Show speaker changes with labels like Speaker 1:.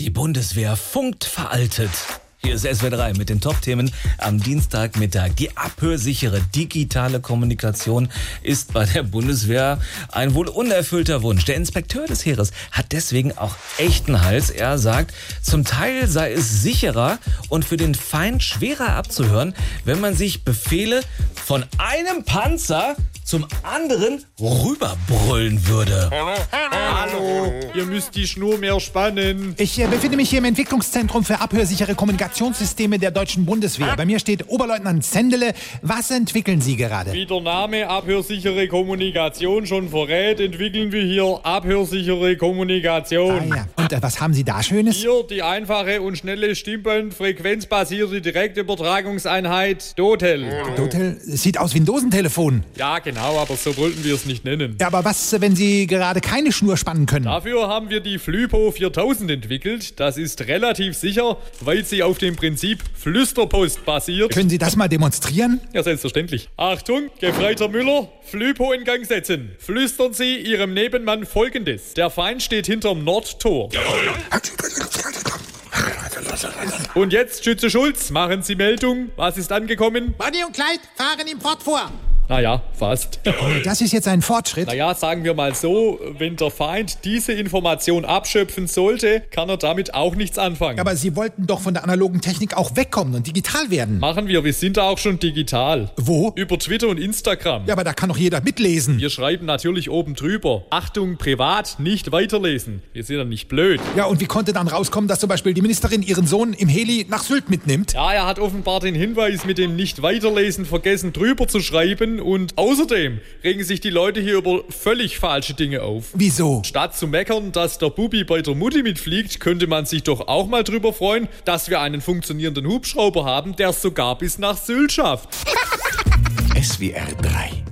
Speaker 1: Die Bundeswehr funkt veraltet. Hier ist SW3 mit den Top-Themen am Dienstagmittag. Die abhörsichere digitale Kommunikation ist bei der Bundeswehr ein wohl unerfüllter Wunsch. Der Inspekteur des Heeres hat deswegen auch echten Hals. Er sagt, zum Teil sei es sicherer und für den Feind schwerer abzuhören, wenn man sich Befehle von einem Panzer zum anderen rüberbrüllen würde.
Speaker 2: Hallo, ihr müsst die Schnur mehr spannen.
Speaker 3: Ich äh, befinde mich hier im Entwicklungszentrum für abhörsichere Kommunikationssysteme der deutschen Bundeswehr. Bei mir steht Oberleutnant Zendele. Was entwickeln Sie gerade?
Speaker 2: Wie der Name abhörsichere Kommunikation schon verrät, entwickeln wir hier abhörsichere
Speaker 3: Ah,
Speaker 2: Kommunikation.
Speaker 3: ja. Und äh, was haben Sie da Schönes?
Speaker 2: Hier die einfache und schnelle Stimmband frequenzbasierte Direktübertragungseinheit DOTEL.
Speaker 3: Dotel sieht aus wie ein Dosentelefon.
Speaker 2: Ja, genau, aber so wollten wir es nicht nennen.
Speaker 3: Ja, aber was, äh, wenn Sie gerade keine Schnur spannen können?
Speaker 2: Dafür haben wir die Flypo 4000 entwickelt. Das ist relativ sicher, weil sie auf dem Prinzip Flüsterpost basiert.
Speaker 3: Können Sie das mal demonstrieren?
Speaker 2: Ja, selbstverständlich. Achtung, Gefreiter Müller, Flüpo in Gang setzen. Flüstern Sie Ihrem Nebenmann Folgendes. Der Feind steht hinterm Nordtor. Und jetzt, Schütze Schulz, machen Sie Meldung. Was ist angekommen?
Speaker 4: Bonnie und Clyde fahren im Pott vor.
Speaker 2: Naja, fast.
Speaker 3: Das ist jetzt ein Fortschritt.
Speaker 2: Naja, sagen wir mal so, wenn der Feind diese Information abschöpfen sollte, kann er damit auch nichts anfangen.
Speaker 3: Aber Sie wollten doch von der analogen Technik auch wegkommen und digital werden.
Speaker 2: Machen wir, wir sind da auch schon digital.
Speaker 3: Wo?
Speaker 2: Über Twitter und Instagram.
Speaker 3: Ja, aber da kann doch jeder mitlesen.
Speaker 2: Wir schreiben natürlich oben drüber. Achtung, privat, nicht weiterlesen. Wir sind ja nicht blöd.
Speaker 3: Ja, und wie konnte dann rauskommen, dass zum Beispiel die Ministerin ihren Sohn im Heli nach Sylt mitnimmt?
Speaker 2: Ja, er hat offenbar den Hinweis mit dem nicht weiterlesen vergessen drüber zu schreiben und außerdem regen sich die Leute hier über völlig falsche Dinge auf.
Speaker 3: Wieso?
Speaker 2: Statt zu meckern, dass der Bubi bei der Mutti mitfliegt, könnte man sich doch auch mal drüber freuen, dass wir einen funktionierenden Hubschrauber haben, der es sogar bis nach Sylt schafft.
Speaker 5: SWR 3